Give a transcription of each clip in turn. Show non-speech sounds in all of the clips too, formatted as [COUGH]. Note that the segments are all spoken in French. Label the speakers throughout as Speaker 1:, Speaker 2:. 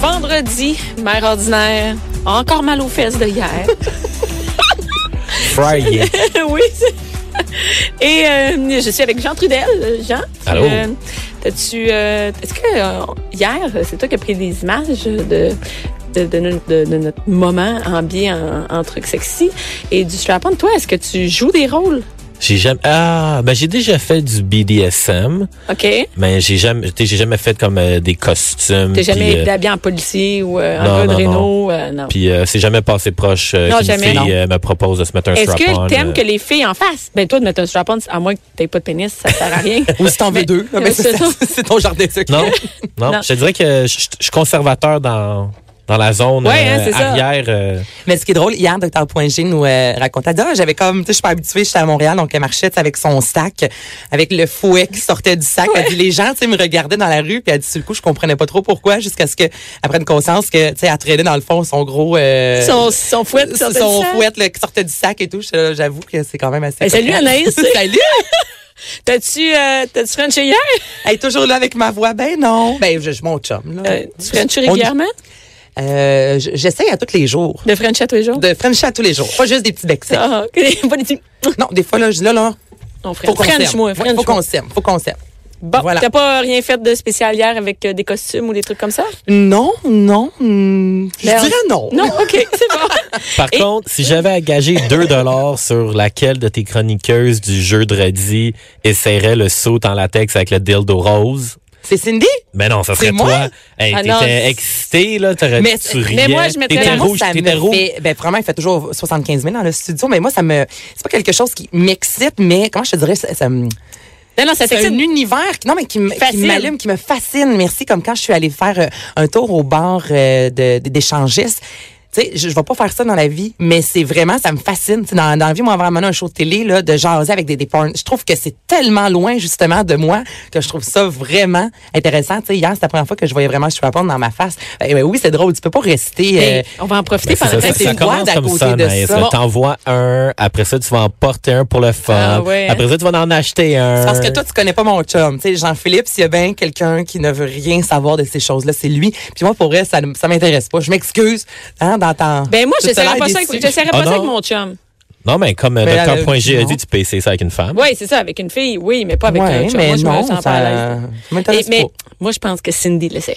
Speaker 1: Vendredi, mère ordinaire, encore mal aux fesses de hier. [LAUGHS]
Speaker 2: Friday.
Speaker 1: oui. c'est- Et euh, je suis avec Jean Trudel. Euh, Jean, tu,
Speaker 2: Allô?
Speaker 1: euh, t'as-tu, euh, est-ce que euh, hier, c'est toi qui as pris des images de de, de no- de- de notre moment ambié en, en truc sexy et du strap-on. Toi, est-ce que tu joues des rôles?
Speaker 2: J'ai jamais ah ben j'ai déjà fait du BDSM,
Speaker 1: OK? T'es
Speaker 2: mais j'ai jamais t'sais, j'ai jamais fait comme euh, des costumes. puis,
Speaker 1: jamais
Speaker 2: euh,
Speaker 1: été habillé en policier ou euh,
Speaker 2: non,
Speaker 1: en gars de
Speaker 2: non,
Speaker 1: Renault? euh, non.
Speaker 2: puis euh, c'est jamais passé proche euh,
Speaker 1: Non,
Speaker 2: qu'une
Speaker 1: jamais.
Speaker 2: fille
Speaker 1: Non.
Speaker 2: euh, me propose de se mettre un
Speaker 1: Est-ce
Speaker 2: strap-on.
Speaker 1: que t'aimes
Speaker 2: euh,
Speaker 1: que les filles en fassent? Ben, toi, de mettre un strap-on, à moins que t'aies pas de pénis, ça sert à
Speaker 2: [LAUGHS]
Speaker 1: rien.
Speaker 3: Ou si t'en veux
Speaker 1: Mais-
Speaker 3: deux. Ah,
Speaker 1: Euh,
Speaker 3: ben,
Speaker 1: c'est
Speaker 3: c'est-
Speaker 1: ça.
Speaker 3: [LAUGHS] c'est ton jardin secret.
Speaker 2: euh,
Speaker 1: [LAUGHS]
Speaker 2: non, non,
Speaker 1: Non.
Speaker 2: je te dirais que je je- je suis conservateur dans dans la zone
Speaker 1: Ouais, hein,
Speaker 2: euh,
Speaker 1: c'est ça.
Speaker 2: arrière. euh,
Speaker 3: Mais ce qui est drôle, hier, Dr. Poingé nous euh, racontait, elle dit, Ah, j'avais comme, tu sais, je suis pas habituée, j'étais à Montréal, donc elle marchait tu sais, avec son sac, avec le fouet qui sortait du sac. Elle dit, les gens, tu sais, me regardaient dans la rue, puis elle dit, sur le coup, je comprenais pas trop pourquoi, jusqu'à ce qu'elle prenne conscience que, tu sais, elle traînait dans le fond son gros... euh,
Speaker 1: Son, son fouet,
Speaker 3: son
Speaker 1: sortait du sac.
Speaker 3: fouet là, qui sortait du sac et tout. J'étais là, J'avoue que c'est quand même assez...
Speaker 1: Eh, salut,
Speaker 3: cocasse.
Speaker 1: Anaïs.
Speaker 3: [LAUGHS] salut!
Speaker 1: T'as-tu euh, t'as-tu frenché hier?
Speaker 3: Elle est toujours là avec ma voix. Ben non. Ben, je, je mon chum, là.
Speaker 1: Euh, tu frenches
Speaker 3: On-
Speaker 1: régulièrement?
Speaker 3: Euh, j- J'essaye à tous les jours.
Speaker 1: De frencher à tous les jours?
Speaker 3: De French à tous les jours. Pas juste des petits becs secs.
Speaker 1: Ah,
Speaker 3: [LAUGHS]
Speaker 1: ok. Pas des petits-
Speaker 3: Non, des fois, là, je dis, là, là,
Speaker 1: On
Speaker 3: faut
Speaker 1: french.
Speaker 3: qu'on
Speaker 1: Ah. French,
Speaker 3: s'aime.
Speaker 1: moi.
Speaker 3: Ouais,
Speaker 1: French,
Speaker 3: faut
Speaker 1: moi.
Speaker 3: qu'on s'aime. Faut qu'on s'aime.
Speaker 1: Bon,
Speaker 3: Voilà.
Speaker 1: t'as pas rien fait de spécial hier avec euh, des costumes ou des trucs comme ça?
Speaker 3: Non, non. hmm, je
Speaker 1: Ben,
Speaker 3: dirais non.
Speaker 1: Non, ok, c'est
Speaker 3: [LAUGHS]
Speaker 1: bon.
Speaker 2: Par
Speaker 1: Et-
Speaker 2: contre, si j'avais à gager 2 dollars [LAUGHS] sur laquelle de tes chroniqueuses du jeudi essaierait le saut en latex avec le dildo rose,
Speaker 3: C'est Cindy?
Speaker 2: Mais Ben non, ça
Speaker 3: C'est
Speaker 2: serait
Speaker 3: moi?
Speaker 2: toi. Hey,
Speaker 1: Ah non,
Speaker 2: t'étais
Speaker 1: c'est-
Speaker 2: excité, là. T'aurais
Speaker 3: Mais-
Speaker 2: tu
Speaker 3: mais
Speaker 2: riais.
Speaker 1: moi, je mettrais
Speaker 2: T'étais
Speaker 1: la-
Speaker 2: rouge,
Speaker 3: ça
Speaker 2: t'étais
Speaker 3: me
Speaker 2: rouge.
Speaker 3: fait- ben, vraiment, il fait toujours 75 000 dans le studio, mais moi, ça me, c'est pas quelque chose qui m'excite, mais comment je te dirais, ça, ça me-
Speaker 1: Non, non, ça
Speaker 3: c'est un
Speaker 1: t'excite.
Speaker 3: univers qui, non, mais qui, me- qui
Speaker 1: Fascine.
Speaker 3: m'allume, qui me fascine. Merci. Comme quand je suis allée faire euh, un tour au bar euh, de- de- d'échangistes. Tu sais, je ne vais pas faire ça dans la vie, mais c'est vraiment, ça me fascine. Tu sais, dans, dans la vie, moi, vraiment, un show de télé, là, de jaser avec des, des porn. Je trouve que c'est tellement loin, justement, de moi, que je trouve ça vraiment intéressant. Tu sais, hier, c'est la première fois que je voyais vraiment je prendre dans ma face. Eh ben oui, c'est drôle. Tu peux pas rester. euh,
Speaker 1: Hey, on va en profiter
Speaker 2: Ben, c'est
Speaker 1: pendant
Speaker 2: ça,
Speaker 3: que
Speaker 2: ça,
Speaker 1: que
Speaker 3: c'est
Speaker 2: ça
Speaker 3: une
Speaker 2: commence
Speaker 3: boîte à
Speaker 2: comme
Speaker 3: côté
Speaker 2: ça,
Speaker 3: de
Speaker 2: Anaïs.
Speaker 3: ça.
Speaker 2: Là, T'envoies un, après ça, tu vas en porter un pour le fun.
Speaker 1: Ah ouais, hein.
Speaker 2: Après ça, tu vas en acheter un.
Speaker 1: Euh.
Speaker 3: C'est Parce que toi, tu connais pas mon chum. Tu sais, Jean-Philippe, s'il y a bien quelqu'un qui ne veut rien savoir de ces choses-là, c'est lui. Puis moi, pour vrai, ça ne ça m'intéresse pas. Je m'excuse hein, d'entendre.
Speaker 1: Ben moi,
Speaker 3: Tu te
Speaker 1: j'essaierai
Speaker 3: l'air
Speaker 1: pas ça
Speaker 3: déçu.
Speaker 1: avec- j'essaierais
Speaker 2: Ah
Speaker 1: pas ça
Speaker 2: non?
Speaker 1: avec mon chum.
Speaker 2: Non, mais comme euh,
Speaker 3: Mais elle a-
Speaker 2: Dr. Point G a
Speaker 3: non.
Speaker 2: dit, tu peux essayer ça avec une femme.
Speaker 1: Oui, c'est ça, avec une fille, oui, mais pas avec
Speaker 3: Ouais,
Speaker 1: un chum.
Speaker 3: mais
Speaker 1: moi, je me
Speaker 3: non,
Speaker 1: sens
Speaker 3: ça-
Speaker 1: pas à l'aise.
Speaker 3: ça m'intéresse
Speaker 1: Et- Mais
Speaker 3: pas.
Speaker 1: moi, je pense que Cindy le sait.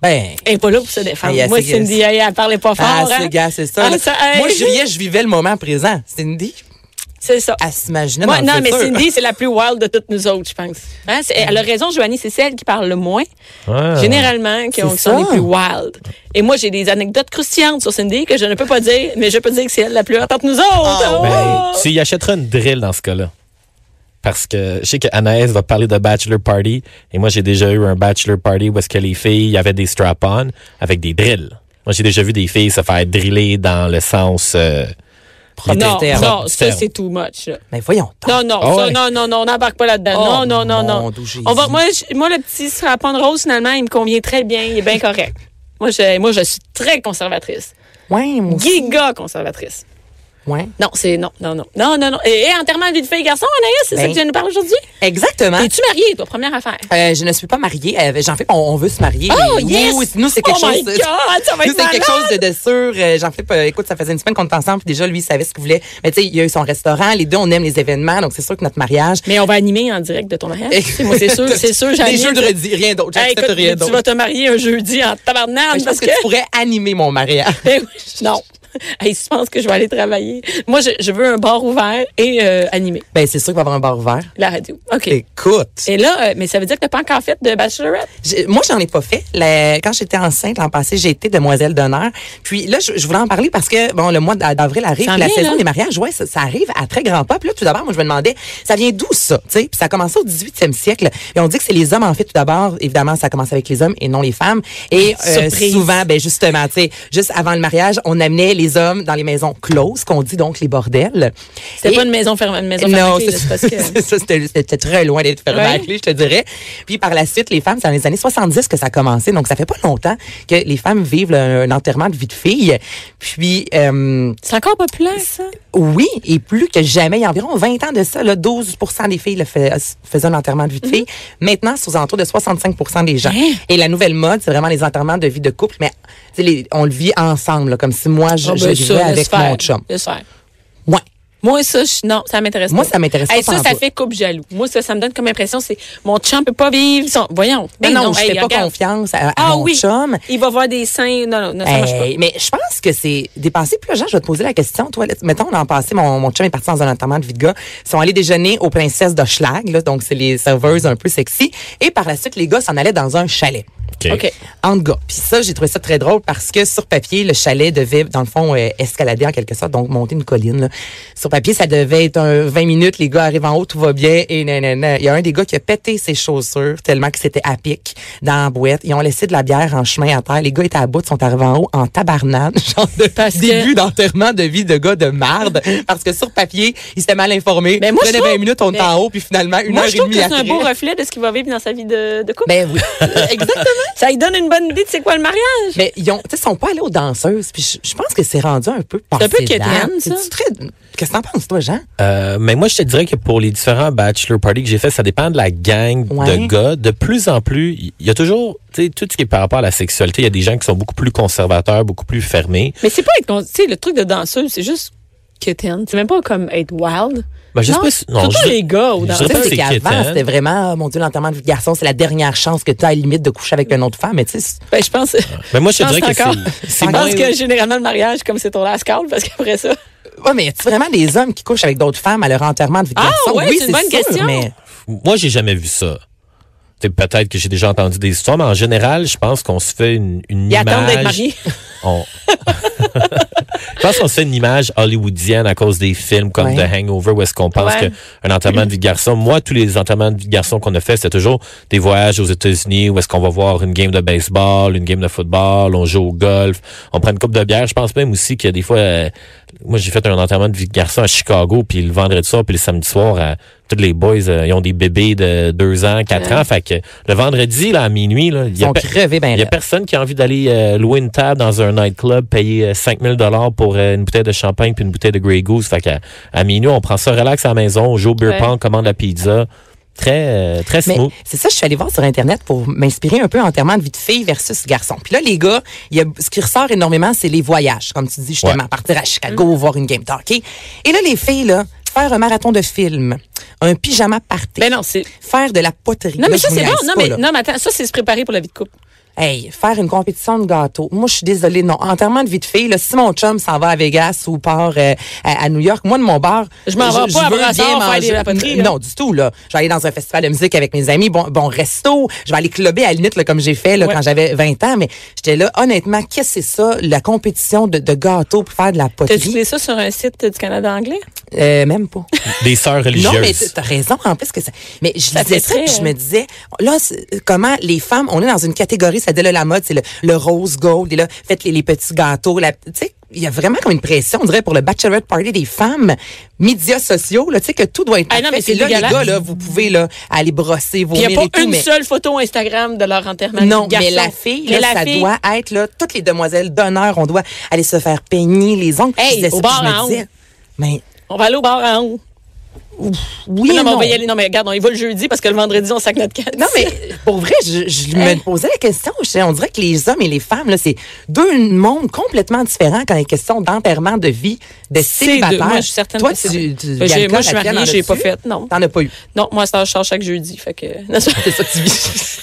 Speaker 3: Ben.
Speaker 1: Elle est pas là pour se défendre.
Speaker 3: Hey, elle
Speaker 1: moi,
Speaker 3: sait-
Speaker 1: Cindy, elle, elle parlait pas fort.
Speaker 3: Ah,
Speaker 1: hein.
Speaker 3: c'est gars, c'est ça.
Speaker 1: Ah,
Speaker 3: là.
Speaker 1: hey,
Speaker 3: Moi, je riais, je vivais le moment présent. Cindy,
Speaker 1: C'est ça.
Speaker 3: elle s'imaginait
Speaker 1: Moi,
Speaker 3: dans le
Speaker 1: Ah, non, mais
Speaker 3: futur.
Speaker 1: Cindy, c'est la plus wild de toutes nous autres, je pense. Hein, c'est- elle a raison, Joanie, c'est celle qui parle le moins,
Speaker 2: Ah.
Speaker 1: généralement, qui, ont-
Speaker 3: C'est
Speaker 1: qui sont les
Speaker 3: ça.
Speaker 1: plus wild. Et moi, j'ai des anecdotes croustillantes sur Cindy que je ne peux pas dire, mais je peux dire que c'est elle la plus hot entre nous autres.
Speaker 2: Ben,
Speaker 1: Oh!
Speaker 2: tu y achèteras une drill dans ce cas-là. Parce que je sais qu'Anaïs va parler de bachelor party. Et moi, j'ai déjà eu un bachelor party où est-ce que les filles avaient des strap-on avec des drills. Moi, j'ai déjà vu des filles se faire driller dans le sens... euh,
Speaker 1: non,
Speaker 3: Terme.
Speaker 1: non, ça,
Speaker 2: Terme.
Speaker 1: c'est too much. là.
Speaker 3: Mais voyons. donc.
Speaker 1: Non, non,
Speaker 2: Ah
Speaker 1: ça,
Speaker 2: ouais.
Speaker 1: non, non, non, on n'embarque pas là-dedans.
Speaker 3: Oh,
Speaker 1: non, non, non, non.
Speaker 3: mon doux Jésus.
Speaker 1: On va, moi, je- moi, le petit serpent de rose, finalement, il me convient très bien, il est bien correct. Moi je, moi, je suis très conservatrice.
Speaker 3: Ouais, moi aussi.
Speaker 1: Giga conservatrice.
Speaker 3: Ouais.
Speaker 1: Non, c'est non, non, non. Non, non, non. Et, et enterrement de vie de fille et garçon, Anaïs, c'est
Speaker 3: Ben. Hein?
Speaker 1: ça que tu viens de nous parler aujourd'hui?
Speaker 3: Exactement.
Speaker 1: Es-tu mariée, toi, première affaire?
Speaker 3: Euh, je ne suis pas mariée. Euh, Jean-Philippe, on, on veut se marier.
Speaker 1: Oh,
Speaker 3: Oui,
Speaker 1: yes!
Speaker 3: oui, nous, c'est quelque
Speaker 1: Oh my
Speaker 3: chose.
Speaker 1: God, ça va
Speaker 3: nous,
Speaker 1: être
Speaker 3: c'est quelque
Speaker 1: malade!
Speaker 3: chose de, de sûr. Euh, Jean-Philippe, euh, écoute, ça faisait une semaine qu'on était ensemble, puis déjà, lui, il savait ce qu'il voulait. Mais tu sais, il y a eu son restaurant. Les deux, on aime les événements, donc c'est sûr que notre mariage.
Speaker 1: Mais on va animer en direct de ton mariage. moi, c'est sûr, c'est sûr,
Speaker 3: Des
Speaker 1: j'anime.
Speaker 3: jeux de redis, rien d'autre.
Speaker 1: Hey,
Speaker 3: J'accepte
Speaker 1: écoute,
Speaker 3: rien
Speaker 1: tu vas
Speaker 3: d'autre.
Speaker 1: te marier un jeudi en tabarnane
Speaker 3: Mais Je pense
Speaker 1: parce
Speaker 3: que
Speaker 1: que...
Speaker 3: tu pourrais animer mon mariage.
Speaker 1: Ben oui, non, Hey, si tu penses que je vais aller travailler. Moi, je, je veux un bar ouvert et euh, animé.
Speaker 3: Ben, c'est sûr qu'il va y avoir un bar ouvert.
Speaker 1: La radio. OK.
Speaker 3: Écoute.
Speaker 1: Et là, euh, mais ça veut dire que t'as pas encore fait de bachelorette?
Speaker 3: J'ai- Moi, j'en ai pas fait. La- quand j'étais enceinte l'an passé, j'ai été demoiselle d'honneur. Puis là, je, je voulais en parler parce que bon, le mois d'a- d'avril arrive,
Speaker 1: Ça
Speaker 3: puis la
Speaker 1: vient,
Speaker 3: saison
Speaker 1: là.
Speaker 3: des mariages, ouais, ça, ça arrive à très grand pas. Puis là, tout d'abord, moi, je me demandais, ça vient d'où ça Tu sais, puis ça a commencé au 18e siècle. Et on dit que c'est les hommes en fait tout d'abord. Évidemment, ça commence avec les hommes et non les femmes. Et euh,
Speaker 1: Ah, Surprise.
Speaker 3: souvent, ben justement, tu sais, juste avant le mariage, on amenait les hommes dans les maisons closes, qu'on dit donc les bordels.
Speaker 1: C'était
Speaker 3: Et-
Speaker 1: pas une maison fermée, une maison
Speaker 3: non,
Speaker 1: fermée, là, c'est parce
Speaker 3: [LAUGHS] c'est-
Speaker 1: que.
Speaker 3: ça, c'était c'était très loin d'être fermé
Speaker 1: Ouais.
Speaker 3: à clé, je te dirais. Puis par la suite, les femmes, c'est dans les années 70 que ça a commencé, donc ça fait pas longtemps que les femmes vivent le- un enterrement de vie de fille. Puis euh,
Speaker 1: C'est encore populaire, ça?
Speaker 3: oui, et plus que jamais, il y a environ 20 ans de ça, là, 12 des filles le fait- faisaient un enterrement de vie de fille. Maintenant, c'est aux alentours de 65 des gens.
Speaker 1: Mm-hmm. Hein?
Speaker 3: Et la nouvelle mode, c'est vraiment les enterrements de vie de couple, mais tu sais, les- on le vit ensemble, là, comme si moi, je,
Speaker 1: Ah,
Speaker 3: je
Speaker 1: ben,
Speaker 3: vivais
Speaker 1: ça, laisse
Speaker 3: avec
Speaker 1: faire,
Speaker 3: mon chum.
Speaker 1: laisse faire.
Speaker 3: Ouais.
Speaker 1: Moi, ça, je- non, ça m'intéresse
Speaker 3: Moi,
Speaker 1: pas.
Speaker 3: ça m'intéresse
Speaker 1: Hey,
Speaker 3: pas
Speaker 1: Ça, ça
Speaker 3: pantoute.
Speaker 1: fait couple jaloux. Moi, ça, ça me donne comme impression, c'est mon chum peut pas vivre. son- Voyons.
Speaker 3: Mais
Speaker 1: Ben
Speaker 3: non, je
Speaker 1: hey,
Speaker 3: fais pas
Speaker 1: regarde.
Speaker 3: confiance à, à
Speaker 1: Ah
Speaker 3: mon
Speaker 1: oui.
Speaker 3: chum.
Speaker 1: Il va voir des seins. Non, non, non, ça marche pas.
Speaker 3: Hey, mais je pense que c'est dépassé. Puis là, Jean, je vais te poser la question. Toi, là, mettons, l'an passé, mon, mon chum est parti dans un enterrement de vie de gars. Ils sont allés déjeuner aux princesses de Schlag, là, donc c'est les serveuses un peu sexy. Et par la suite, les gars s'en allaient dans un chalet.
Speaker 1: OK.
Speaker 3: Entre gars. Puis ça, j'ai trouvé ça très drôle parce que sur papier, le chalet devait, dans le fond, euh, escalader en quelque sorte, donc monter une colline. là. Sur papier, ça devait être un 20 minutes, les gars arrivent en haut, tout va bien, et nanana. Il y a un des gars qui a pété ses chaussures tellement que c'était à pic dans la boîte. Ils ont laissé de la bière en chemin à terre. Les gars étaient à bout, sont arrivés en haut en tabarnane, [LAUGHS] genre de
Speaker 1: Parce que-
Speaker 3: début d'enterrement de vie de gars de marde. parce que sur papier, ils étaient mal informés.
Speaker 1: Mais moi, je
Speaker 3: Prenez
Speaker 1: trouve-
Speaker 3: 20 minutes, on est en haut, puis finalement, une
Speaker 1: Moi,
Speaker 3: heure
Speaker 1: je
Speaker 3: et
Speaker 1: trouve que
Speaker 3: demie
Speaker 1: c'est un
Speaker 3: après.
Speaker 1: beau reflet de ce qu'il va vivre dans sa vie de, de couple.
Speaker 3: Ben oui,
Speaker 1: [LAUGHS]
Speaker 3: exactement.
Speaker 1: ça lui donne une bonne idée de c'est quoi le mariage.
Speaker 3: Mais ils ont, tu sais, sont pas allés aux danseuses. Puis je- je pense que c'est rendu un peu passé.
Speaker 1: un peu
Speaker 3: de date.
Speaker 1: quétaine, ça.
Speaker 3: C'est très. Qu'est-ce que t'en penses, toi, Jean?
Speaker 2: Euh, mais moi, je te dirais que pour les différents bachelor parties que j'ai fait, ça dépend de la gang
Speaker 3: Ouais.
Speaker 2: de gars. De plus en plus, il y a toujours, tu sais, tout ce qui est par rapport à la sexualité, il y a des gens qui sont beaucoup plus conservateurs, beaucoup plus fermés.
Speaker 1: Mais c'est pas être. con- Tu sais, le truc de danseuse, c'est juste quétaine. C'est même pas comme être wild.
Speaker 2: Ben, je sais
Speaker 1: non,
Speaker 2: pas si- non,
Speaker 1: surtout
Speaker 2: je-
Speaker 1: les gars ou
Speaker 2: je
Speaker 1: dans
Speaker 2: dirais
Speaker 3: Tu sais,
Speaker 2: pas
Speaker 3: c'est
Speaker 2: c'est
Speaker 3: qu'avant,
Speaker 2: quétaine.
Speaker 3: c'était vraiment, oh, mon Dieu, l'enterrement de vie de garçon, c'est la dernière chance que tu as à la limite de coucher avec une autre femme. Mais tu sais, c'est-
Speaker 1: Ben, je pense.
Speaker 2: Mais moi, je te dirais que
Speaker 1: encore-
Speaker 2: c'est- c'est
Speaker 1: Je
Speaker 2: moins-
Speaker 1: pense que généralement, le mariage, comme c'est ton last call, parce qu'après ça.
Speaker 3: ouais, mais y a-tu vraiment des hommes qui couchent avec d'autres femmes à leur enterrement de vie de
Speaker 1: Ah,
Speaker 3: garçon?
Speaker 1: ouais,
Speaker 3: oui,
Speaker 1: c'est une bonne
Speaker 3: sûr,
Speaker 1: question.
Speaker 3: Mais
Speaker 2: Moi, j'ai jamais vu ça. Tu sais, Peut-être que j'ai déjà entendu des histoires, mais en général, je pense qu'on se fait une, une
Speaker 1: Ils
Speaker 2: image.
Speaker 1: attendent d'être mariés.
Speaker 2: On- je pense qu'on se fait une image hollywoodienne à cause des films comme
Speaker 3: Ouais.
Speaker 2: The Hangover où est-ce qu'on pense
Speaker 1: Ouais.
Speaker 2: qu'un enterrement de vie de garçon, moi, tous les enterrements de vie de garçon qu'on a fait, c'était toujours des voyages aux États-Unis où est-ce qu'on va voir une game de baseball, une game de football, on joue au golf, on prend une coupe de bière. Je pense même aussi que des fois, euh, moi, j'ai fait un enterrement de vie de garçon à Chicago, puis le vendredi soir, puis le samedi soir, à, tous les boys, euh, ils ont des bébés de 2 ans, 4 ans. Fait que le vendredi, là, à minuit, là, il
Speaker 3: ils
Speaker 2: y a
Speaker 3: sont
Speaker 2: pe-
Speaker 3: crevés, ben.
Speaker 2: il n'y a
Speaker 3: raide.
Speaker 2: personne qui a envie d'aller euh, louer une table dans un nightclub, payer 5000 dollars pour euh, une bouteille de champagne puis une bouteille de Grey Goose. Fait qu'à à minuit, on prend ça relax à la maison, on joue au beer
Speaker 1: Ouais.
Speaker 2: pong, commande la pizza. Très, euh, très
Speaker 3: Mais
Speaker 2: smooth.
Speaker 3: c'est ça, je suis allée voir sur Internet pour m'inspirer un peu enterrement de vie de fille versus garçon. Puis là, les gars, il y a, ce qui ressort énormément, c'est les voyages. Comme tu dis, justement,
Speaker 2: Ouais.
Speaker 3: partir à Chicago,
Speaker 1: Mhm.
Speaker 3: voir une game de hockey. Et là, les filles, là, faire un marathon de film, un pyjama party,
Speaker 1: Ben non, c'est.
Speaker 3: faire de la poterie.
Speaker 1: Non, mais
Speaker 3: Là,
Speaker 1: ça,
Speaker 3: je vous
Speaker 1: c'est bon.
Speaker 3: niaise
Speaker 1: Non,
Speaker 3: pas,
Speaker 1: mais,
Speaker 3: là.
Speaker 1: non, mais attends, ça, c'est se préparer pour la vie de couple.
Speaker 3: Hey, faire une compétition de gâteau. Moi, je suis désolée, non. Enterrement de vie de fille, là, si mon chum s'en va à Vegas ou part euh, à, à New York, moi, de mon bar,
Speaker 1: Je m'en vais pas à
Speaker 3: veux
Speaker 1: Brassard
Speaker 3: bien
Speaker 1: faire
Speaker 3: manger.
Speaker 1: des lapoteries, là.
Speaker 3: Non, du tout, là. Je vais aller dans un festival de musique avec mes amis, bon, bon resto. Je vais aller clubber à la limite, là, comme j'ai fait, là,
Speaker 1: Ouais.
Speaker 3: quand j'avais 20 ans. Mais j'étais là, honnêtement, qu'est-ce que c'est ça, la compétition de, de gâteau pour faire de la
Speaker 1: T'as trouvé
Speaker 3: poterie?
Speaker 1: ça sur un site du Canada anglais?
Speaker 3: Euh, même pas.
Speaker 2: Des sœurs religieuses.
Speaker 3: Non, mais t- t'as raison. En plus que ça. Mais je
Speaker 1: Ça
Speaker 3: disais
Speaker 1: fait
Speaker 3: ça,
Speaker 1: très,
Speaker 3: puis je
Speaker 1: euh,
Speaker 3: me disais, là, c'est- comment les femmes, on est dans une catégorie, ça dit là, la mode, c'est le, le rose gold, et là, faites les, les petits gâteaux, la, tu sais. Il y a vraiment comme une pression, on dirait, pour le bachelorette party des femmes, médias sociaux, là, tu sais, que tout doit être
Speaker 1: Ah non,
Speaker 3: parfait.
Speaker 1: mais c'est
Speaker 3: Puis là, les
Speaker 1: dégueulasse.
Speaker 3: gars, là, vous pouvez, là, aller brosser vos
Speaker 1: Puis il n'y
Speaker 3: mires
Speaker 1: a
Speaker 3: et
Speaker 1: pas
Speaker 3: tout,
Speaker 1: une
Speaker 3: mais-
Speaker 1: seule photo Instagram de leur enterrement.
Speaker 3: non,
Speaker 1: du
Speaker 3: mais
Speaker 1: garçon.
Speaker 3: la fille,
Speaker 1: Mais
Speaker 3: là,
Speaker 1: la
Speaker 3: ça
Speaker 1: fille-
Speaker 3: doit être, là, toutes les demoiselles d'honneur, on doit aller se faire peigner les ongles.
Speaker 1: Hey,
Speaker 3: Je disais
Speaker 1: au
Speaker 3: ça,
Speaker 1: bar
Speaker 3: puis je
Speaker 1: à
Speaker 3: me disais,
Speaker 1: ongles.
Speaker 3: mais
Speaker 1: On va aller au bar en haut.
Speaker 3: oui,
Speaker 1: non, mais
Speaker 3: non.
Speaker 1: on va y aller. Non, mais regarde, on y va le jeudi parce que le vendredi, on sac notre canne.
Speaker 3: Non, mais pour vrai, je, je
Speaker 1: Hey.
Speaker 3: me posais la question. Je- on dirait que les hommes et les femmes, là, c'est deux mondes complètement différents quand il est question d'enterrement de vie, de célibataire.
Speaker 1: deux. Moi, je suis certaine
Speaker 3: Toi,
Speaker 1: que c'est
Speaker 3: tu,
Speaker 1: deux.
Speaker 3: tu-
Speaker 1: Ben, j'ai-
Speaker 3: Bianca,
Speaker 1: moi, je suis
Speaker 3: la tienne,
Speaker 1: mariée,
Speaker 3: en
Speaker 1: j'ai
Speaker 3: as-tu?
Speaker 1: pas fait, non.
Speaker 3: T'en as pas eu. [LAUGHS]
Speaker 1: Non, moi, ça, je sors chaque jeudi. Fait que. Non,
Speaker 3: C'est ça que tu vis.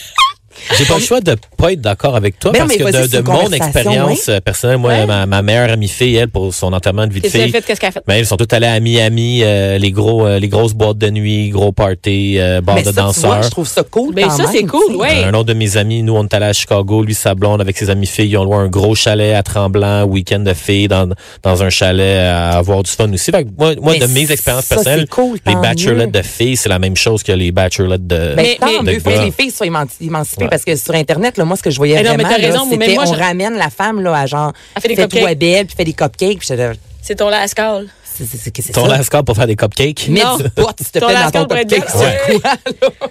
Speaker 2: J'ai pas le choix de pas être d'accord avec toi
Speaker 3: Ben non,
Speaker 2: parce
Speaker 3: mais vas-y,
Speaker 2: que de-
Speaker 3: c'est
Speaker 2: de,
Speaker 3: une
Speaker 2: mon
Speaker 3: conversation, hein.
Speaker 2: expérience euh, personnelle, moi,
Speaker 1: Ouais.
Speaker 2: ma, ma meilleure amie fille, elle, pour son enterrement de vie de
Speaker 1: Qu'est-ce qu'elle a
Speaker 2: fille,
Speaker 1: fait? Qu'est-ce qu'elle a fait?
Speaker 2: ben, elles sont toutes allées à Miami, euh, les gros, euh, les grosses boîtes de nuit, gros party, euh, bars
Speaker 3: Mais
Speaker 2: de
Speaker 3: ça, tu vois,
Speaker 2: danseurs.
Speaker 3: je trouve ça cool.
Speaker 1: Ben,
Speaker 3: quand
Speaker 1: ça,
Speaker 3: même,
Speaker 1: c'est cool,
Speaker 3: tu sais.
Speaker 1: ouais.
Speaker 2: Un autre de mes amis, nous, on est allés à Chicago, lui, sa blonde, avec ses amis filles, ils ont loué un gros chalet à Tremblant, week-end de filles, dans, dans un chalet, à avoir du fun aussi. Fait que moi, moi
Speaker 3: Mais
Speaker 2: de mes expériences
Speaker 3: ça,
Speaker 2: personnelles,
Speaker 3: c'est cool,
Speaker 2: les
Speaker 3: tant
Speaker 2: bachelorettes
Speaker 3: mieux.
Speaker 2: de filles, c'est la même chose que les bachelorettes de,
Speaker 3: Ben,
Speaker 1: Mais-
Speaker 3: tant
Speaker 1: mais-
Speaker 3: mieux,
Speaker 2: de
Speaker 3: faut que
Speaker 2: gars.
Speaker 3: les filles soient émanci- émancipées
Speaker 2: Ouais.
Speaker 3: parce que sur Internet, là, moi, ce que je voyais
Speaker 1: Mais non, mais
Speaker 3: vraiment,
Speaker 1: t'as
Speaker 3: là,
Speaker 1: raison, mais
Speaker 3: c'était
Speaker 1: moi,
Speaker 3: on
Speaker 1: je-
Speaker 3: ramène la femme là, à genre,
Speaker 1: Elle fait des
Speaker 3: fais-toi
Speaker 1: cupcakes.
Speaker 3: belle, puis fais des cupcakes. Puis j'étais là,
Speaker 1: C'est ton last call.
Speaker 3: c'est c'est- c'est- c'est
Speaker 2: Ton
Speaker 3: ça.
Speaker 2: lascar pour faire des cupcakes.
Speaker 3: Mets
Speaker 1: Non.
Speaker 3: du pot, s'il te
Speaker 1: Ton
Speaker 3: plaît, dans
Speaker 1: lascar
Speaker 3: ton
Speaker 1: pour être
Speaker 3: cupcake.
Speaker 1: bien
Speaker 3: c'est quoi, là?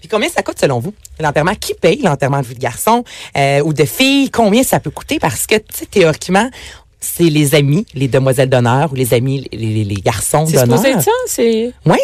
Speaker 3: Puis combien ça coûte selon vous? L'enterrement, qui paye l'enterrement de vie de garçon euh, ou de fille? Combien ça peut coûter? Parce que, tu sais, théoriquement, c'est les amis, les demoiselles d'honneur ou les amis, les, les- les garçons
Speaker 1: C'est
Speaker 3: d'honneur.
Speaker 1: supposé être ça? C'est...
Speaker 3: Oui.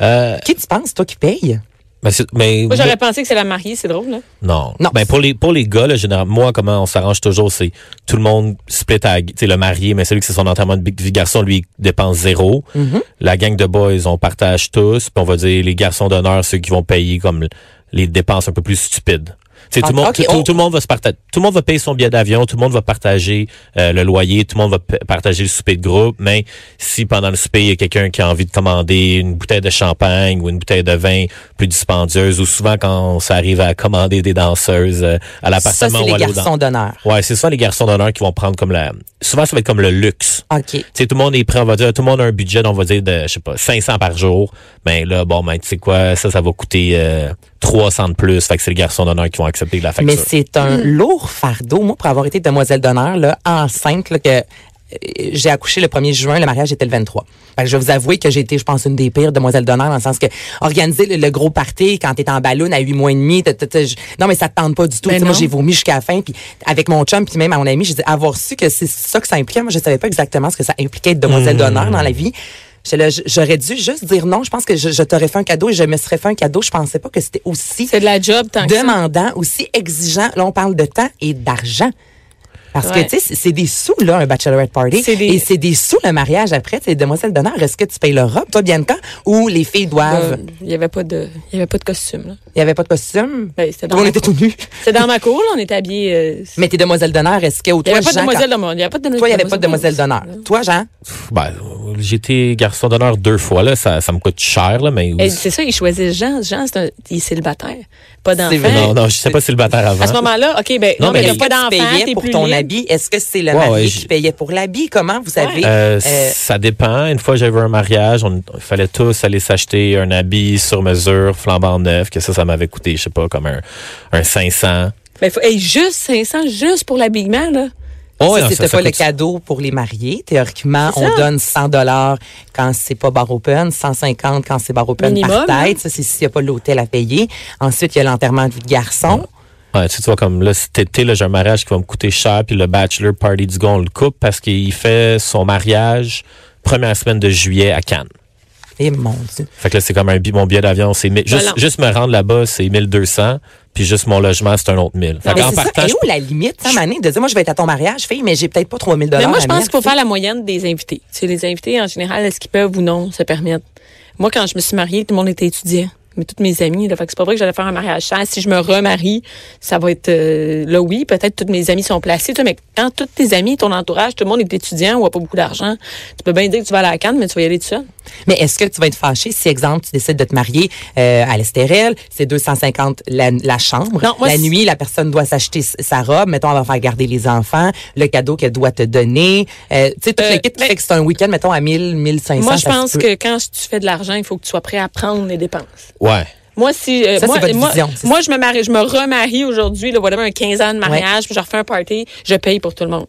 Speaker 2: Euh,
Speaker 3: Qui tu penses, toi, qui paye?
Speaker 2: mais c'est- mais
Speaker 1: Moi, j'aurais pensé que c'est la mariée, c'est drôle, là.
Speaker 2: Non.
Speaker 3: Non.
Speaker 2: Ben pour les pour les gars, là, généralement, moi, comment on s'arrange toujours, c'est tout le monde split à tu sais, le marié, mais celui qui c'est son enterrement de big- vie de garçon, lui, il dépense zéro.
Speaker 3: Mm-hmm.
Speaker 2: La gang de boys, on partage tous, puis on va dire les garçons d'honneur, ceux qui vont payer comme les dépenses un peu plus stupides. Tu sais, tout, le
Speaker 3: Ah,
Speaker 2: monde,
Speaker 3: ok,
Speaker 2: tout-
Speaker 3: on-
Speaker 2: tout le monde va se partager. Tout le monde va payer son billet d'avion, tout le monde va partager euh, le loyer, tout le monde va pa- partager le souper de groupe. Mais si pendant le souper, il y a quelqu'un qui a envie de commander une bouteille de champagne ou une bouteille de vin plus dispendieuse, ou souvent quand ça arrive à commander des danseuses euh, à
Speaker 3: Ça,
Speaker 2: l'appartement
Speaker 3: c'est
Speaker 2: ou
Speaker 3: les
Speaker 2: à l'autre.
Speaker 3: garçons d'honneur.
Speaker 2: Ouais, c'est souvent les garçons d'honneur qui vont prendre comme la. Souvent, ça va être comme le luxe.
Speaker 3: OK.
Speaker 2: Tu sais, tout le monde est prêt, on va dire, tout le monde a un budget, on va dire, de, je sais pas, 500 par jour. Mais là, bon, ben, tu sais quoi, ça, ça va coûter euh, 300 de plus. Fait que c'est les garçons d'honneur qui vont accepter la facture.
Speaker 3: Mais c'est
Speaker 1: Mm.
Speaker 3: un lourd fardeau. Moi, pour avoir été demoiselle d'honneur, là, enceinte, là, que euh, j'ai accouché le 1er juin, le mariage était le 23. Fait que je vais vous avouer que j'ai été, je pense, une des pires demoiselles d'honneur dans le sens que organiser le, le gros party quand t'es en ballon à 8 mois et demi, t'as- t'as- t'as- je- non mais ça te tente pas du tout.
Speaker 1: Ben
Speaker 3: Tu sais, Moi
Speaker 1: non.
Speaker 3: j'ai vomi jusqu'à la fin, puis avec mon chum, puis même à mon ami, j'ai dit avoir su que c'est ça que ça impliquait. Moi je savais pas exactement ce que ça impliquait être demoiselle d'honneur dans la vie. J'étais là, j- J'aurais dû juste dire non. Je pense que je, je t'aurais fait un cadeau et je me serais fait un cadeau. Je pensais pas que c'était aussi
Speaker 1: C'est de la job tant que ça.
Speaker 3: demandant, aussi exigeant. Là, on parle de temps et d'argent. Parce
Speaker 1: Ouais.
Speaker 3: que, tu sais, c'est- c'est des sous, là, un bachelorette party.
Speaker 1: C'est des-
Speaker 3: Et c'est des sous, le mariage après. Tu sais, demoiselle d'honneur, est-ce que tu payes leur robe, toi, Bianca, ou les filles doivent.
Speaker 1: Euh, Il n'y avait pas de, il y avait pas de costume, là.
Speaker 3: Il n'y avait pas de costume?
Speaker 1: Ben, c'était
Speaker 3: Toi,
Speaker 1: dans
Speaker 3: on
Speaker 1: la
Speaker 3: était tout nus.
Speaker 1: C'est dans ma cour, là, on était habillés. euh,
Speaker 3: Mais t'es demoiselle d'honneur, est-ce que, ou
Speaker 1: il n'y
Speaker 3: toi,
Speaker 1: avait pas de
Speaker 3: Jean,
Speaker 1: demoiselle
Speaker 3: quand-
Speaker 1: d'honneur. Il n'y avait pas de
Speaker 3: toi, il n'y avait pas de demoiselle d'honneur. Toi, Jean?
Speaker 2: Ben, j'étais garçon d'honneur deux fois, là. Ça, ça me coûte cher, là, mais.
Speaker 1: Et Eh, C'est ça, ils choisissent Jean. Jean, c'est un, il est célibataire. Pas
Speaker 3: C'est vrai.
Speaker 1: d'enfant.
Speaker 2: Non, non, je sais pas célibataire avant.
Speaker 1: À ce moment-là, OK, ben,
Speaker 2: Non,
Speaker 1: non, mais
Speaker 2: mais
Speaker 1: il n'y a
Speaker 2: est-ce
Speaker 1: pas
Speaker 3: tu
Speaker 1: d'enfant,
Speaker 3: payais
Speaker 1: t'es
Speaker 3: pour
Speaker 1: plus
Speaker 3: ton
Speaker 1: libre.
Speaker 3: habit? Est-ce que c'est le
Speaker 2: Ouais,
Speaker 3: mari
Speaker 2: ouais,
Speaker 3: qui
Speaker 2: j'ai-
Speaker 3: payait pour l'habit? Comment vous savez?
Speaker 2: Euh,
Speaker 3: euh,
Speaker 2: ça dépend. Une fois, j'avais un mariage, on, il fallait tous aller s'acheter un habit sur mesure, flambant neuf, que ça, ça m'avait coûté, je sais pas, comme un, un 500.
Speaker 1: Mais faut, hey, juste 500, juste pour l'habillement, là.
Speaker 2: Oh,
Speaker 3: ça,
Speaker 2: non,
Speaker 3: c'était pas le
Speaker 2: coûte-
Speaker 3: cadeau pour les mariés. Théoriquement,
Speaker 1: C'est
Speaker 3: on
Speaker 1: ça.
Speaker 3: donne 100 dollars quand c'est pas bar open, 150 quand c'est bar open
Speaker 1: Minimum,
Speaker 3: par tête.
Speaker 1: hein.
Speaker 3: Ça, c'est s'il n'y a pas l'hôtel à payer. Ensuite, il y a l'enterrement de vie de garçon.
Speaker 2: Ouais, tu sais, tu vois, comme là, cet été, là, j'ai un mariage qui va me coûter cher, puis le bachelor party du gars, on le coupe parce qu'il fait son mariage première semaine de juillet à Cannes.
Speaker 3: Et Eh, mon Dieu.
Speaker 2: Fait que là, c'est comme un bi- mon billet d'avion, c'est mille- juste,
Speaker 1: Voilà.
Speaker 2: juste me rendre là-bas, c'est 1200, puis juste mon logement, c'est un autre 1000. Fait
Speaker 3: Mais
Speaker 2: qu'en
Speaker 3: c'est ça.
Speaker 2: partant,
Speaker 3: Et
Speaker 2: je-
Speaker 3: où la limite, ça, Mané, de dire, moi, je vais être à ton mariage, fille, mais j'ai peut-être pas 3000 dollars.
Speaker 1: Mais moi, je pense qu'il faut faire la moyenne des invités. C'est les invités, en général, est-ce qu'ils peuvent ou non se permettre? Moi, quand je me suis mariée, tout le monde était étudiant. Mais toutes mes amies, là, fait que c'est pas vrai que j'allais faire un mariage cher. Si je me remarie, ça va être euh, là oui, peut-être toutes mes amies sont placées. tu sais, Mais quand toutes tes amies, ton entourage, tout le monde est étudiant ou a pas beaucoup d'argent, tu peux bien dire que tu vas aller à la canne, mais tu vas y aller tout seul.
Speaker 3: Mais est-ce que tu vas être fâché si, exemple, tu décides de te marier euh, à l'Estérel, c'est 250 la, la chambre.
Speaker 1: Non, moi,
Speaker 3: la
Speaker 1: c'est-
Speaker 3: nuit, la personne doit s'acheter s- sa robe. Mettons, elle va faire garder les enfants, le cadeau qu'elle doit te donner. Euh, tu sais, tout
Speaker 1: Euh,
Speaker 3: le kit qui
Speaker 1: mais-
Speaker 3: fait que c'est un week-end, mettons, à 1000, 1500.
Speaker 1: moi, je
Speaker 3: ça se
Speaker 1: pense
Speaker 3: peut.
Speaker 1: que quand tu fais de l'argent, il faut que tu sois prêt à prendre les dépenses.
Speaker 2: ouais.
Speaker 1: Moi, si euh,
Speaker 3: Ça, c'est
Speaker 1: moi,
Speaker 3: votre
Speaker 1: moi,
Speaker 3: vision, c'est
Speaker 1: moi, je me marie, je me remarie aujourd'hui, là, voilà, un 15 ans de mariage, puis je refais un party, je paye pour tout le monde.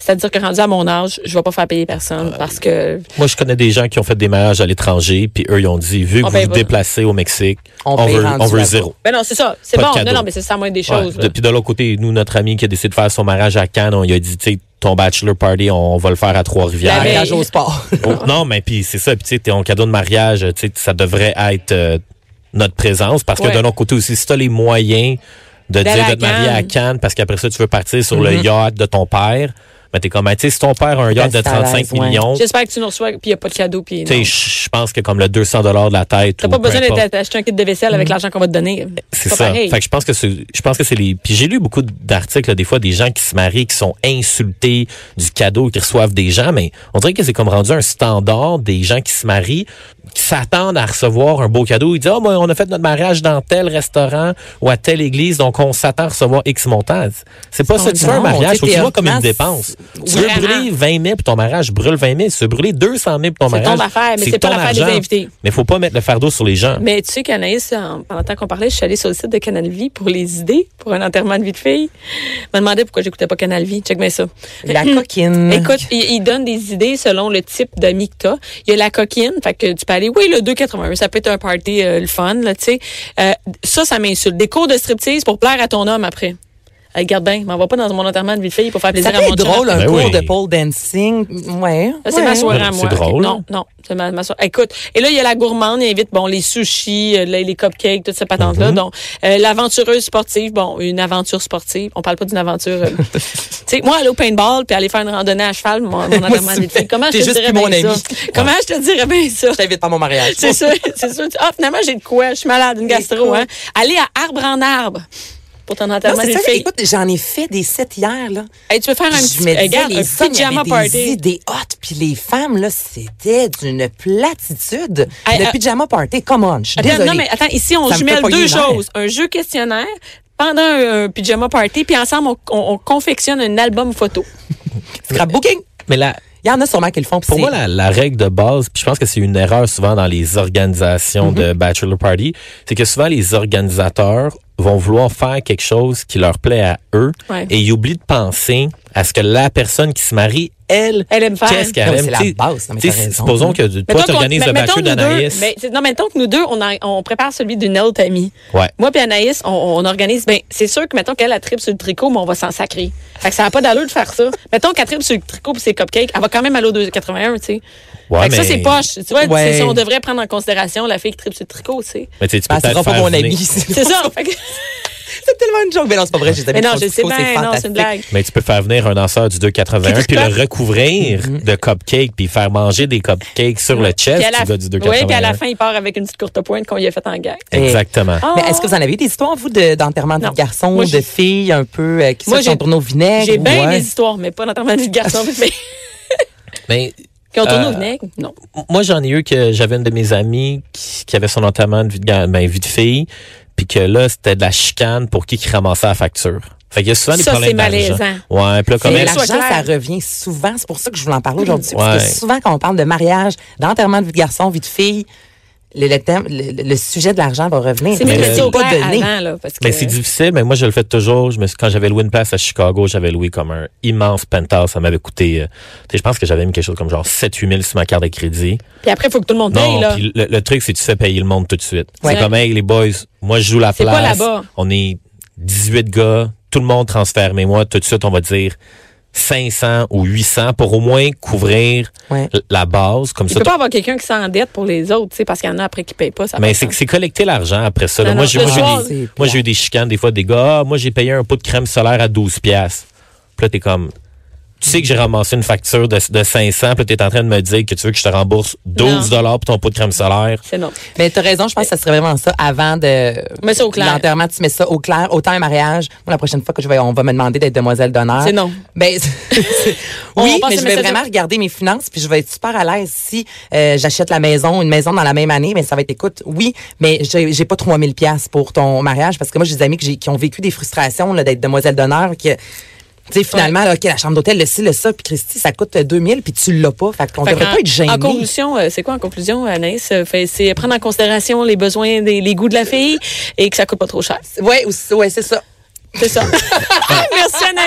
Speaker 1: C'est-à-dire que rendu à mon âge, je vais pas faire payer
Speaker 2: Euh,
Speaker 1: personne parce que
Speaker 2: Moi, je connais des gens qui ont fait des mariages à l'étranger, puis eux, ils ont dit, vu que
Speaker 1: On
Speaker 2: vous
Speaker 1: paye
Speaker 2: vous
Speaker 1: pas.
Speaker 2: déplacez au Mexique,
Speaker 3: On
Speaker 2: on,
Speaker 3: paye
Speaker 2: veut,
Speaker 3: rendu
Speaker 2: on veut
Speaker 3: là-bas.
Speaker 2: zéro.
Speaker 1: ben non, c'est ça, c'est
Speaker 2: Pas de
Speaker 1: bon. Non
Speaker 2: cadeau.
Speaker 1: non, mais c'est ça la moindre des
Speaker 2: Ouais.
Speaker 1: choses. là.
Speaker 2: De- Puis de l'autre côté, nous, notre ami qui a décidé de faire son mariage à Cannes, on lui a dit, tu sais, ton bachelor party, on va le faire à
Speaker 1: La
Speaker 2: Trois-Rivières.
Speaker 1: veille.
Speaker 3: Mariage Ah, au
Speaker 1: [LAUGHS]
Speaker 3: sport.
Speaker 2: Oh, non, mais puis c'est ça. Puis tu sais, t'es en cadeau de mariage, tu sais, ça devrait être euh, notre présence. Parce
Speaker 1: Ouais.
Speaker 2: que d'un autre côté aussi, si t'as les moyens de
Speaker 1: D'aller
Speaker 2: dire
Speaker 1: à
Speaker 2: de te marier à
Speaker 1: Cannes. Mm-hmm.
Speaker 2: Cannes parce qu'après ça, tu veux partir sur le yacht de ton père, Mais t'es comme, ben, tu sais, si ton père a un yacht de
Speaker 3: T'as le
Speaker 2: 35
Speaker 3: salaire, ouais.
Speaker 2: millions, tu
Speaker 1: J'espère que tu nous reçois, puis il n'y a pas de cadeau, puis.
Speaker 2: sais,
Speaker 1: non.
Speaker 2: je pense que comme le 200 de la tête.
Speaker 1: T'as
Speaker 2: ou
Speaker 1: pas
Speaker 2: peu
Speaker 1: besoin
Speaker 2: importe. Mm.
Speaker 1: d'aller t'acheter un kit de vaisselle avec l'argent qu'on va te donner.
Speaker 2: C'est
Speaker 1: pas
Speaker 2: ça.
Speaker 1: pareil.
Speaker 2: Fait que je pense que c'est, je pense que c'est les. Puis j'ai lu beaucoup d'articles là, des fois des gens qui se marient, qui sont insultés du cadeau qu'ils reçoivent des gens, mais on dirait que c'est comme rendu un standard des gens qui se marient, qui s'attendent à recevoir un beau cadeau. Ils disent oh moi on a fait notre mariage dans tel restaurant ou à telle église, donc on s'attend à recevoir X montant. C'est pas ça. Tu fais un
Speaker 3: Non, tu
Speaker 2: mariage,
Speaker 3: sais,
Speaker 2: faut que tu vois comme une
Speaker 3: théoriquement,
Speaker 2: dépense.
Speaker 3: c'est-
Speaker 2: Tu veux
Speaker 1: oui,
Speaker 2: brûler 20 000 pour ton mariage, brûle 20 000. Si tu veux brûler 200 000 pour ton
Speaker 1: C'est
Speaker 2: mariage,
Speaker 1: ton affaire, mais c'est pas
Speaker 2: ton
Speaker 1: l'affaire des
Speaker 2: argent.
Speaker 1: invités.
Speaker 2: Mais faut pas mettre le fardeau sur les gens.
Speaker 1: Mais tu sais qu'Anaïs, en- pendant le temps qu'on parlait, je suis allée sur le site de Canal Vie pour les idées pour un enterrement de vie de fille. Je me demandais pourquoi j'écoutais pas Canal Vie. Check bien ça.
Speaker 3: La coquine.
Speaker 1: Écoute, il, il donne des idées selon le type d'amis que t'as. Il y a la coquine, fait que tu peux aller, oui, le 2,81, ça peut être un party, euh, le fun, là, tu sais. Euh, ça, ça m'insulte. Des cours de striptease pour plaire à ton homme après. Euh, Regarde bien, m'envoie pas dans mon enterrement de vie de fille pour faire
Speaker 3: ça
Speaker 1: plaisir
Speaker 3: peut
Speaker 1: à mon
Speaker 3: être drôle,
Speaker 1: chum.
Speaker 3: un
Speaker 2: Ben
Speaker 3: cours
Speaker 2: oui.
Speaker 3: de pole dancing. Ouais.
Speaker 1: Ça, Ah, c'est
Speaker 3: ouais.
Speaker 1: ma soirée à
Speaker 2: C'est
Speaker 1: moi.
Speaker 2: drôle,
Speaker 1: Non,
Speaker 2: hein?
Speaker 1: non, c'est ma, ma soirée. Écoute, et là, il y a la gourmande, il invite, bon, les sushis, euh, les, les cupcakes, toutes ces patentes-là.
Speaker 3: Mhm.
Speaker 1: Donc, euh, l'aventureuse sportive, bon, une aventure sportive. On parle pas d'une aventure... euh,
Speaker 3: [LAUGHS]
Speaker 1: tu sais, moi, aller au paintball puis aller faire une randonnée à cheval, mon, mon enterrement de vie de fille, comment je
Speaker 3: T'es
Speaker 1: te
Speaker 3: juste
Speaker 1: dirais
Speaker 3: plus mon
Speaker 1: bien ça?
Speaker 3: ami.
Speaker 1: Comment je te dirais bien ça?
Speaker 3: Je t'invite pas à mon mariage.
Speaker 1: C'est sûr, c'est sûr. Ah, finalement, j'ai de quoi? Je suis malade, une gastro,
Speaker 3: Écoute.
Speaker 1: hein? Aller à arbre en arbre pour ton
Speaker 3: Non,
Speaker 1: enterrement
Speaker 3: c'est
Speaker 1: de vie
Speaker 3: ça,
Speaker 1: de fille.
Speaker 3: écoute, j'en ai fait des sets hier, là.
Speaker 1: Hey, tu veux faire un
Speaker 3: je
Speaker 1: petit, euh,
Speaker 3: me disais,
Speaker 1: regarde,
Speaker 3: les
Speaker 1: un
Speaker 3: hommes, il y
Speaker 1: pyjama
Speaker 3: avait
Speaker 1: party.
Speaker 3: des idées hautes, puis les femmes, là, c'était d'une platitude.
Speaker 1: Hey,
Speaker 3: le
Speaker 1: euh,
Speaker 3: pyjama party, come on, je suis
Speaker 1: Attends,
Speaker 3: désolée.
Speaker 1: non, mais attends, ici, on
Speaker 3: Ça me
Speaker 1: jumelle
Speaker 3: fait pogner
Speaker 1: deux
Speaker 3: les nerfs.
Speaker 1: choses. Un jeu questionnaire pendant un, un pyjama party, puis ensemble, on, on- on confectionne un album photo.
Speaker 3: Scrapbooking,
Speaker 2: Mais là,
Speaker 3: il y en a sûrement qui le font. puis
Speaker 2: Pour
Speaker 3: c'est-
Speaker 2: moi, la, la règle de base, puis je pense que c'est une erreur souvent dans les organisations de bachelor party, c'est que souvent les organisateurs vont vouloir faire quelque chose qui leur plaît à eux
Speaker 1: Ouais.
Speaker 2: et ils oublient de penser à ce que la personne qui se marie, elle,
Speaker 1: Elle aime faire.
Speaker 2: qu'est-ce qu'elle
Speaker 3: Non, mais
Speaker 2: aime.
Speaker 3: c'est la
Speaker 2: T'sais,
Speaker 3: base. Non, mais
Speaker 2: t'sais,
Speaker 3: t'as raison.
Speaker 2: supposons que tu- toi,
Speaker 1: Mettons
Speaker 2: tu
Speaker 1: qu'on-
Speaker 2: organises
Speaker 1: mais-
Speaker 2: le
Speaker 1: mettons
Speaker 2: bachelor
Speaker 1: nous deux,
Speaker 2: d'Anaïs.
Speaker 1: mais c'est- non, mettons que nous deux, on, en- on prépare celui d'une autre amie.
Speaker 2: Ouais.
Speaker 1: Moi puis Anaïs, on, on organise. Ben, c'est sûr que mettons qu'elle a trip sur le tricot, mais on va s'en sacrer. Fait que ça n'a pas d'allure de faire ça. mettons qu'elle tripe sur le tricot puis ses cupcakes, elle va quand même aller au 281, tu sais.
Speaker 2: Ouais,
Speaker 1: fait que ça,
Speaker 2: mais-
Speaker 1: c'est poche. Tu vois,
Speaker 3: Ouais.
Speaker 1: c'est- on devrait prendre en considération la fille qui tripe sur le tricot, tu sais.
Speaker 2: Mais tu sais, tu peux
Speaker 3: Ah, ce
Speaker 2: peut-être
Speaker 3: sera pas
Speaker 2: faire
Speaker 3: mon
Speaker 2: venir-
Speaker 3: ami.
Speaker 1: C'est ça. Fait que-
Speaker 3: C'est tellement une joke. Mais non, c'est pas vrai, j'ai des
Speaker 1: mais
Speaker 3: amis
Speaker 1: non, je
Speaker 3: qui font
Speaker 1: sais
Speaker 3: du disco, c'est
Speaker 1: bien, non, c'est une
Speaker 3: fantastique.
Speaker 1: blague.
Speaker 2: Mais tu peux faire venir un danseur du 281
Speaker 1: Qui
Speaker 2: puis
Speaker 1: tricote.
Speaker 2: le recouvrir de cupcakes puis faire manger des cupcakes sur le chest
Speaker 1: Puis à la-
Speaker 2: du gars du
Speaker 1: Oui,
Speaker 2: 281.
Speaker 1: puis à la fin, il part avec une petite courte pointe qu'on lui a faite en gang.
Speaker 2: Exactement.
Speaker 3: Mais est-ce que vous en avez des histoires, vous, de- d'enterrement de,
Speaker 1: Oh. Non.
Speaker 3: garçons,
Speaker 1: Moi,
Speaker 3: de
Speaker 1: j'ai-
Speaker 3: filles un peu euh, qui
Speaker 1: Moi,
Speaker 3: se sont
Speaker 1: j'ai-
Speaker 3: tournées au vinaigre?
Speaker 1: J'ai bien
Speaker 3: Ouais.
Speaker 1: des histoires, mais pas notamment des
Speaker 2: [LAUGHS]
Speaker 1: garçons, mais
Speaker 2: Mais
Speaker 1: qui ont tourné au
Speaker 2: Euh,
Speaker 1: vinaigre. Non.
Speaker 2: moi j'en ai eu que j'avais une de mes amies qui, qui avait son enterrement de vie de, gar- ben, vie de fille puis que là c'était de la chicane pour qui qui ramassait la facture. Fait qu'il y a souvent des
Speaker 1: Ça,
Speaker 2: problèmes
Speaker 1: c'est
Speaker 2: d'argent.
Speaker 1: malaisant.
Speaker 2: Ouais, puis là comme
Speaker 3: Mais
Speaker 1: Mais
Speaker 2: elle-
Speaker 1: la-
Speaker 3: l'argent,
Speaker 1: sois
Speaker 3: ça
Speaker 1: clair.
Speaker 3: revient souvent. C'est pour ça que je voulais en parler aujourd'hui.
Speaker 2: Ouais.
Speaker 3: Parce que souvent, quand on parle de mariage, d'enterrement de vie de garçon, vie de fille, le, le thème- le- le sujet de l'argent va revenir.
Speaker 1: C'est
Speaker 3: Parce
Speaker 1: mieux de
Speaker 2: le-
Speaker 3: que
Speaker 1: le
Speaker 3: c'est
Speaker 1: dire au
Speaker 3: pas
Speaker 1: clair
Speaker 3: donné.
Speaker 1: avant, là. Parce que
Speaker 2: Ben, c'est difficile, mais moi je le fais toujours. Je me suis- quand j'avais loué une place à Chicago, j'avais loué comme un immense penthouse. Ça m'avait coûté, euh, tu sais, je pense que j'avais mis quelque chose comme genre 7-8 000 sur ma carte de crédit.
Speaker 1: Puis après, il faut que tout le monde paye,
Speaker 2: Non,
Speaker 1: là.
Speaker 2: puis le, le truc, c'est que tu fais payer le monde tout de suite.
Speaker 1: Ouais.
Speaker 2: C'est comme, hey, les boys, moi, je joue la
Speaker 1: C'est quoi
Speaker 2: place.
Speaker 1: là-bas?
Speaker 2: On est 18 gars, tout le monde transfère, mais moi, tout de suite, on va dire 500 ou 800 pour au moins couvrir
Speaker 3: Ouais.
Speaker 2: l- la base. Comme
Speaker 1: Il
Speaker 2: ça,
Speaker 1: peut pas avoir quelqu'un qui s'endette pour les autres, tu sais, parce qu'il y en a après qui payent pas. Ça
Speaker 2: mais
Speaker 1: fait
Speaker 2: c'est
Speaker 1: sens.
Speaker 2: c'est collecter l'argent après ça. là.
Speaker 1: Non,
Speaker 2: moi,
Speaker 1: non,
Speaker 2: j'ai
Speaker 1: le
Speaker 2: moi, j'ai
Speaker 1: soir,
Speaker 2: des,
Speaker 3: c'est
Speaker 2: moi, j'ai eu des chicanes des fois, des gars, ah, moi, j'ai payé un pot de crème solaire à 12 piastres. Puis là, t'es comme, tu sais que j'ai ramassé une facture de, de 500, puis là, t'es en train de me dire que tu veux que je te rembourse 12 dollars pour ton pot de crème solaire.
Speaker 1: C'est non.
Speaker 3: Mais t'as raison, je pense que ça serait vraiment ça avant de.
Speaker 1: Mets ça au clair.
Speaker 3: L'enterrement, tu mets ça au clair. Autant un mariage. Moi, la prochaine fois que je vais, on va me demander d'être demoiselle d'honneur.
Speaker 1: C'est non.
Speaker 3: Ben, [LAUGHS] c'est-
Speaker 1: On
Speaker 3: oui,
Speaker 1: passe
Speaker 3: mais je
Speaker 1: le
Speaker 3: vais
Speaker 1: message-
Speaker 3: vraiment regarder mes finances, puis je vais être super à l'aise si euh, j'achète la maison, une maison dans la même année, mais ça va être écoute, oui, mais j'ai j'ai pas 3000 pièces pour ton mariage parce que moi j'ai des amis que j'ai- qui ont vécu des frustrations là, d'être demoiselle d'honneur que tu sais, finalement, là, OK, la chambre d'hôtel, le ci, le ça, puis Christy, ça coûte euh, 2000, puis tu l'as pas. Fait qu'on
Speaker 1: Fait
Speaker 3: devrait
Speaker 1: qu'en-
Speaker 3: pas être gêné.
Speaker 1: En conclusion, euh, c'est quoi en conclusion, Anaïs? Euh, fait- C'est prendre en considération les besoins, des- les goûts de la fille et que ça coûte pas trop cher.
Speaker 2: [LAUGHS]
Speaker 3: Ouais, ou- ouais, c'est ça.
Speaker 1: C'est ça. Merci, Anaïs.